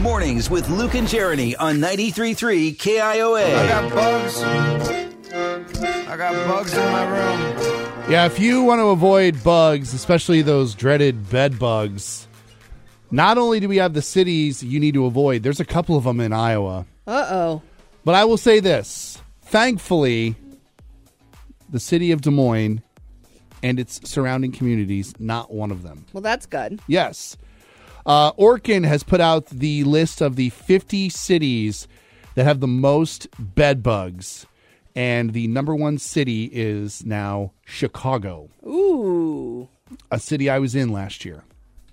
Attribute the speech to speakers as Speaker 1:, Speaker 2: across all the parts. Speaker 1: Mornings with Luke and Jeremy on 93.3
Speaker 2: I
Speaker 1: KIOA.
Speaker 2: got bugs. I got bugs in my room.
Speaker 3: Yeah, if you want to avoid bugs, especially those dreaded bed bugs, not only do we have the cities you need to avoid, there's a couple of them in Iowa.
Speaker 4: Uh oh.
Speaker 3: But I will say this thankfully, the city of Des Moines and its surrounding communities, not one of them.
Speaker 4: Well, that's good.
Speaker 3: Yes. Uh, Orkin has put out the list of the 50 cities that have the most bed bugs. And the number one city is now Chicago,
Speaker 4: Ooh.
Speaker 3: a city I was in last year.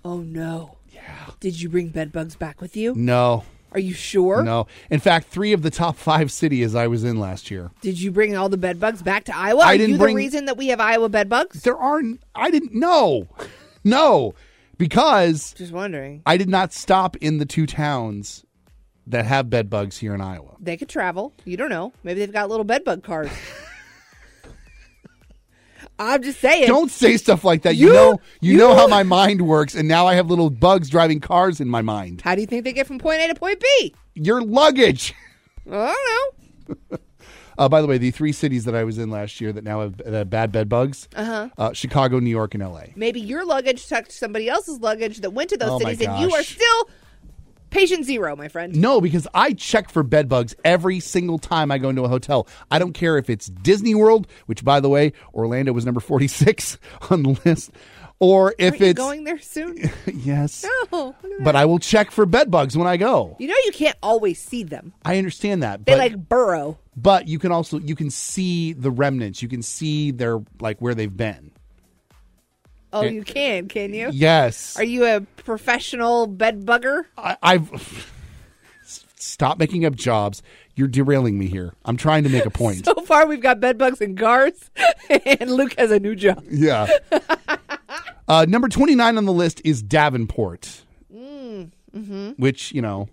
Speaker 4: Oh no. Yeah. Did you bring bed bugs back with you?
Speaker 3: No,
Speaker 4: Are you sure?
Speaker 3: no. In fact, three of the top five cities I was in last year.
Speaker 4: Did you bring all the bed bugs back to Iowa?
Speaker 3: I
Speaker 4: Are
Speaker 3: didn't
Speaker 4: you
Speaker 3: bring-
Speaker 4: the reason that we have Iowa bed bugs?
Speaker 3: There are, I didn't know. No, because
Speaker 4: Just wondering.
Speaker 3: I did not stop in the two towns that have bed bugs here in Iowa.
Speaker 4: They could travel. You don't know. Maybe they've got little bed bug cars. I'm just saying.
Speaker 3: Don't say stuff like that. You,
Speaker 4: You-
Speaker 3: know, you,
Speaker 4: you-
Speaker 3: know how my mind works, and now I have little bugs driving cars in my mind.
Speaker 4: How do you think they get from point A to point B?
Speaker 3: Your luggage.
Speaker 4: I don't know.
Speaker 3: Uh, by the way, the three cities that I was in last year that now have that have bad bed bugs: uh-huh. Chicago, New York, and L.A.
Speaker 4: Maybe your luggage touched somebody else's luggage that went to those
Speaker 3: Oh, my
Speaker 4: cities, and you
Speaker 3: gosh.
Speaker 4: are still patient zero, my friend.
Speaker 3: No, because I check for bed bugs every single time I go into a hotel. I don't care if it's Disney World, which, by the way, Orlando was number forty-six on the list, or if
Speaker 4: Aren't you
Speaker 3: it's
Speaker 4: going there soon?
Speaker 3: yes.
Speaker 4: oh, look at that.
Speaker 3: But I will check for bed bugs when I go.
Speaker 4: You know you can't always see them.
Speaker 3: I understand that.
Speaker 4: They
Speaker 3: but
Speaker 4: like burrow.
Speaker 3: but you can also you can see the remnants you can see their like where they've been
Speaker 4: Oh, you can, can you?
Speaker 3: yes
Speaker 4: Are you a professional bed bugger?
Speaker 3: I, i've stop making up jobs you're derailing me here i'm trying to make a point
Speaker 4: So far, we've got bed bugs and cars, and Luke has a new job.
Speaker 3: yeah uh, number 29 on the list is davenport
Speaker 4: Mm, mm-hmm.
Speaker 3: which you know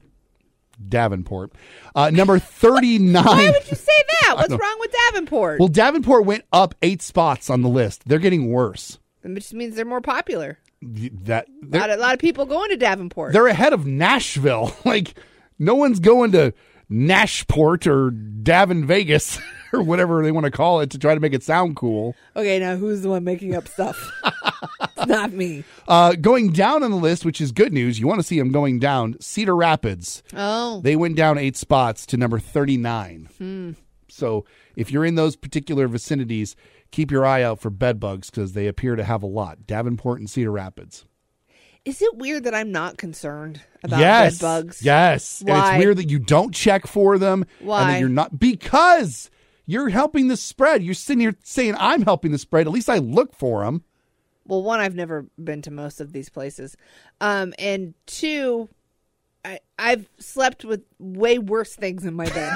Speaker 3: davenport uh, number 39
Speaker 4: Why would you say that? What's wrong with Davenport?
Speaker 3: well davenport went up eight spots on the list they're getting worse
Speaker 4: it just means they're more popular.
Speaker 3: that
Speaker 4: A
Speaker 3: they're-
Speaker 4: lot, a lot of people going to Davenport.
Speaker 3: they're ahead of Nashville. like no one's going to Nashport or Davin Vegas or whatever they want to call it to try to make it sound cool.
Speaker 4: Okay, now who's the one making up stuff? it's not me.
Speaker 3: Uh, going down on the list, which is good news. You want to see them going down. Cedar Rapids.
Speaker 4: Oh,
Speaker 3: They went down eight spots to number thirty nine.
Speaker 4: Hmm.
Speaker 3: So if you're in those particular vicinities, keep your eye out for bed bugs because they appear to have a lot. Davenport and Cedar Rapids.
Speaker 4: is it weird that I'm not concerned about
Speaker 3: yes.
Speaker 4: bed bugs?
Speaker 3: Yes. And
Speaker 4: Why?
Speaker 3: it's weird that you don't check for them. And
Speaker 4: Why?
Speaker 3: that you're not because you're helping the spread. You're sitting here saying I'm helping the spread. At least I look for them.
Speaker 4: well one i've never been to most of these places um and two i i've slept with way worse things in my bed